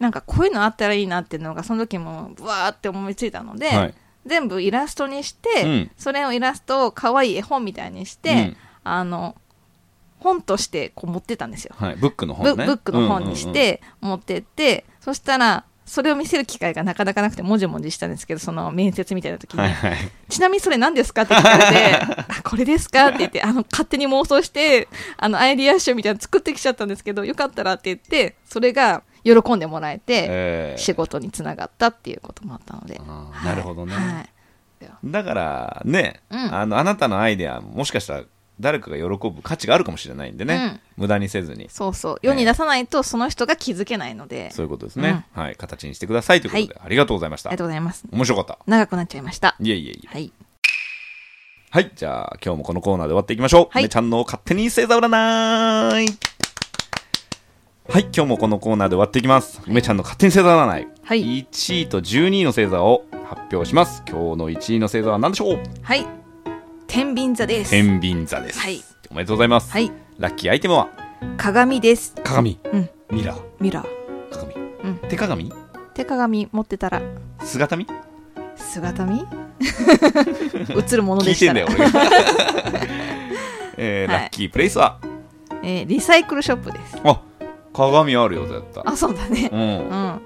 [SPEAKER 2] なんかこういうのあったらいいなっていうのがその時もうわーって思いついたので、
[SPEAKER 1] はい
[SPEAKER 2] 全部イラストにして、
[SPEAKER 1] うん
[SPEAKER 2] それをイラストを可愛い絵本みたいにして、
[SPEAKER 1] うん
[SPEAKER 2] あの本としてこう持ってたんですよ、
[SPEAKER 1] はい、ブックの
[SPEAKER 2] ブ
[SPEAKER 1] 本ね
[SPEAKER 2] ブックの本にし、て持ってって、そしたらそれを見せる機会がなかなかなくてもじもじしたんですけどその面接みたいな時
[SPEAKER 1] う
[SPEAKER 2] に、
[SPEAKER 1] んうんうんはいはい
[SPEAKER 2] ちなみにそれ何ですかって聞か れて、あ、これですかって言って、あの、勝手に妄想して、あの、アイディア集みたいなの作ってきちゃったんですけど、よかったらって言って、それが喜んでもらえて、
[SPEAKER 1] えー
[SPEAKER 2] 仕事につながったっていうこともあったので。
[SPEAKER 1] あー
[SPEAKER 2] はい
[SPEAKER 1] なるほどね
[SPEAKER 2] はい。
[SPEAKER 1] だからね、
[SPEAKER 2] うん
[SPEAKER 1] あのあなたのアイデアもしかしたら誰かが喜ぶ価値があるかもしれないんでね、無駄にせずに
[SPEAKER 2] そうそう。世に出さないと、その人が気づけないので、
[SPEAKER 1] そういうことですね、はい形にしてくださいということで、ありがとうございました
[SPEAKER 2] ありがとうございます。
[SPEAKER 1] 面白かった
[SPEAKER 2] 長くなっちゃいました。
[SPEAKER 1] いえいえいえ
[SPEAKER 2] はい。
[SPEAKER 1] はいじゃあ今日もこのコーナーで終わっていきましょう、
[SPEAKER 2] はい
[SPEAKER 1] めちゃんの勝手に星座占いはい今日もこのコーナーで終わっていきます梅ちゃんの勝手に星座占い、
[SPEAKER 2] はい
[SPEAKER 1] 1位と12位の星座を発表します今日の1位の星座は何でしょう
[SPEAKER 2] はい。天秤座です。
[SPEAKER 1] 天秤座です、
[SPEAKER 2] はい
[SPEAKER 1] おめでとうございます、
[SPEAKER 2] はい。
[SPEAKER 1] ラッキーアイテムは
[SPEAKER 2] 鏡です。
[SPEAKER 1] 鏡、
[SPEAKER 2] うん
[SPEAKER 1] ミラー
[SPEAKER 2] ミラー。
[SPEAKER 1] 鏡、
[SPEAKER 2] うん
[SPEAKER 1] 手鏡
[SPEAKER 2] 手鏡持ってたら、
[SPEAKER 1] 姿見
[SPEAKER 2] 姿見 映るもの
[SPEAKER 1] 聞
[SPEAKER 2] で
[SPEAKER 1] い
[SPEAKER 2] してた
[SPEAKER 1] んだ
[SPEAKER 2] ら
[SPEAKER 1] よ。俺 がえー
[SPEAKER 2] はい
[SPEAKER 1] ラッキープレイスは
[SPEAKER 2] えーリサイクルショップです。
[SPEAKER 1] あ鏡あるよ絶対
[SPEAKER 2] あ、そうだね。
[SPEAKER 1] うん、
[SPEAKER 2] う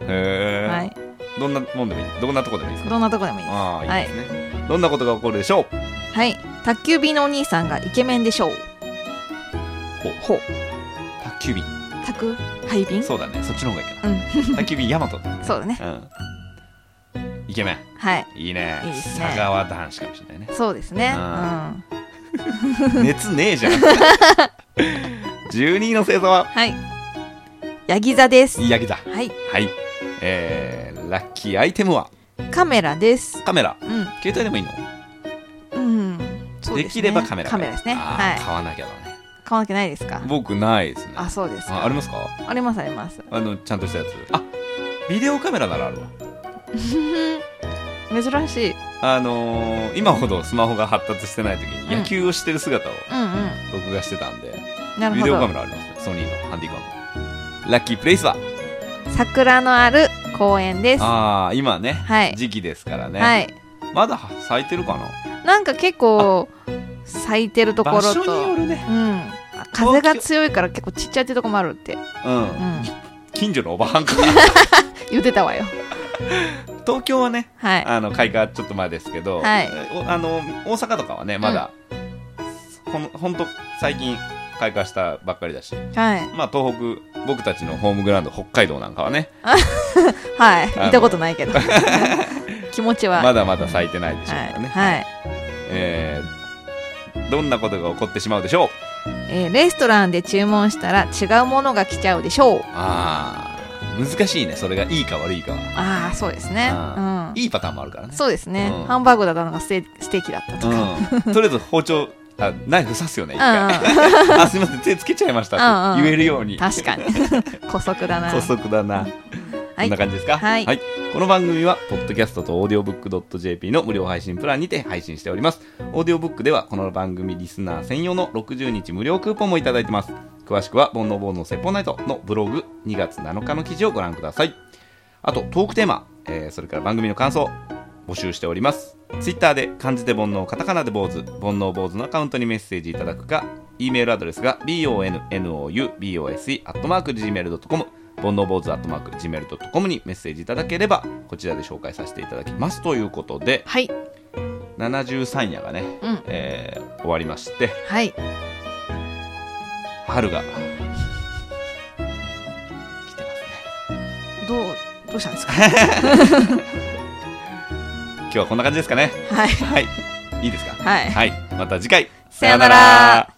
[SPEAKER 1] へ
[SPEAKER 2] ん。
[SPEAKER 1] え、
[SPEAKER 2] はい。
[SPEAKER 1] どんなもんでもいいどんなとこでもいいですか
[SPEAKER 2] どんなとこでもいいです。
[SPEAKER 1] ああいいですね、どんなことが起こるでしょう
[SPEAKER 2] はい。宅急便のお兄さんがイケメンでしょう。
[SPEAKER 1] ほう
[SPEAKER 2] ほう。
[SPEAKER 1] 宅急便
[SPEAKER 2] 宅配便そ
[SPEAKER 1] そうだねそっちの方がいいか
[SPEAKER 2] う
[SPEAKER 1] な、 宅急便ヤマ トだ
[SPEAKER 2] うだね。
[SPEAKER 1] うんイケメン
[SPEAKER 2] はい。
[SPEAKER 1] いいね
[SPEAKER 2] いいですね
[SPEAKER 1] 佐川男子かもしれないね
[SPEAKER 2] そうですね。う
[SPEAKER 1] あ
[SPEAKER 2] ん。
[SPEAKER 1] 熱ねえじゃん 12位の星座は
[SPEAKER 2] はい。ヤギ座です。
[SPEAKER 1] ヤギ座
[SPEAKER 2] はい。
[SPEAKER 1] はいえー、ラッキーアイテムは
[SPEAKER 2] カメラです。
[SPEAKER 1] カメラ
[SPEAKER 2] うん。
[SPEAKER 1] 携帯でもいいの
[SPEAKER 2] うん。そう
[SPEAKER 1] で,、
[SPEAKER 2] すね
[SPEAKER 1] きればカメラ
[SPEAKER 2] カメラですね。
[SPEAKER 1] あ
[SPEAKER 2] は
[SPEAKER 1] ー
[SPEAKER 2] い。
[SPEAKER 1] 買わなきゃだね
[SPEAKER 2] 買わなきゃないですか
[SPEAKER 1] 僕ないですね
[SPEAKER 2] あ、そうです
[SPEAKER 1] あ
[SPEAKER 2] か。
[SPEAKER 1] ありますか
[SPEAKER 2] ありますあります。
[SPEAKER 1] あのちゃんとしたやつあビデオカメラならあるわ
[SPEAKER 2] 珍しい。
[SPEAKER 1] あのー今ほどスマホが発達してない時に
[SPEAKER 2] うん
[SPEAKER 1] 野球をしてる姿を
[SPEAKER 2] うんうん。
[SPEAKER 1] 録画してたんで、
[SPEAKER 2] なる
[SPEAKER 1] ビ
[SPEAKER 2] ほ
[SPEAKER 1] デオカ
[SPEAKER 2] ど
[SPEAKER 1] メ。ラありますねソニーのハンディカムラッキープレイスは
[SPEAKER 2] 桜のある公園です。
[SPEAKER 1] ああ今ね、
[SPEAKER 2] はい
[SPEAKER 1] 時期ですからね、
[SPEAKER 2] はい。
[SPEAKER 1] まだ咲いてるかな
[SPEAKER 2] なんか結構咲いてるところ
[SPEAKER 1] 場所によ
[SPEAKER 2] と、
[SPEAKER 1] るね
[SPEAKER 2] うん、風が強いから結構ちっちゃいってとこもあるって、
[SPEAKER 1] うん、
[SPEAKER 2] うん、
[SPEAKER 1] 近所のおばはんかな
[SPEAKER 2] 言ってたわよ。
[SPEAKER 1] 東京はね
[SPEAKER 2] はい。
[SPEAKER 1] あの開花ちょっと前ですけど、
[SPEAKER 2] はい
[SPEAKER 1] おあの大阪とかはねまだ、ほんほんと最近開花したばっかりだし、
[SPEAKER 2] はい。
[SPEAKER 1] まあ、東北僕たちのホームグラウンド北海道なんかはね
[SPEAKER 2] はい。
[SPEAKER 1] の
[SPEAKER 2] 行ったことない けど。気持ちは。
[SPEAKER 1] まだまだ咲いてないでしょうからね、
[SPEAKER 2] はい。はい
[SPEAKER 1] えーどんなことが起こってしまうでしょう
[SPEAKER 2] えーレストランで注文したら違うものが来ちゃうでしょう。
[SPEAKER 1] あー難しいねそれがいいか悪いかは、
[SPEAKER 2] ああ、そうですね。
[SPEAKER 1] あ
[SPEAKER 2] う
[SPEAKER 1] ーいいパターンもあるから
[SPEAKER 2] ん。
[SPEAKER 1] ね
[SPEAKER 2] そうですね。
[SPEAKER 1] うん
[SPEAKER 2] ハンバーグだったのがステステーキだったとか。
[SPEAKER 1] うん、とりあえず包丁あナイフ刺すよね一
[SPEAKER 2] うんうん
[SPEAKER 1] 回、あすいません手つけちゃいましたっ
[SPEAKER 2] うん
[SPEAKER 1] て
[SPEAKER 2] うん
[SPEAKER 1] 言えるように
[SPEAKER 2] 確かに。古速だな。
[SPEAKER 1] 古速だな、
[SPEAKER 2] は
[SPEAKER 1] こん
[SPEAKER 2] い
[SPEAKER 1] な。感じですか
[SPEAKER 2] はい
[SPEAKER 1] この番組はポッドキャストとオーディオブックドット JP の無料配信プランにて配信しておりますオーディオブックではこの番組リスナー専用の60日無料クーポンもいただいてます詳しくは「煩悩坊の説法ナイト」のブログ2月7日の記事をご覧くださいあとトークテーマ、えーそれから番組の感想募集しておりますツイッターで漢字で煩悩カタカナで坊主煩悩坊主のアカウントにメッセージいただくか E メールアドレスが bonoubose.gmail.com 煩悩坊主 .gmail.com にメッセージいただければこちらで紹介させていただきますということで
[SPEAKER 2] はい。
[SPEAKER 1] 73夜がね、
[SPEAKER 2] うん
[SPEAKER 1] えー終わりまして
[SPEAKER 2] はい。
[SPEAKER 1] 春が来てますね
[SPEAKER 2] どう、どうしたん ですか
[SPEAKER 1] 今日はこんな感じですかね
[SPEAKER 2] はい。
[SPEAKER 1] はいいいですか
[SPEAKER 2] はい
[SPEAKER 1] はい、また次回
[SPEAKER 2] さよなら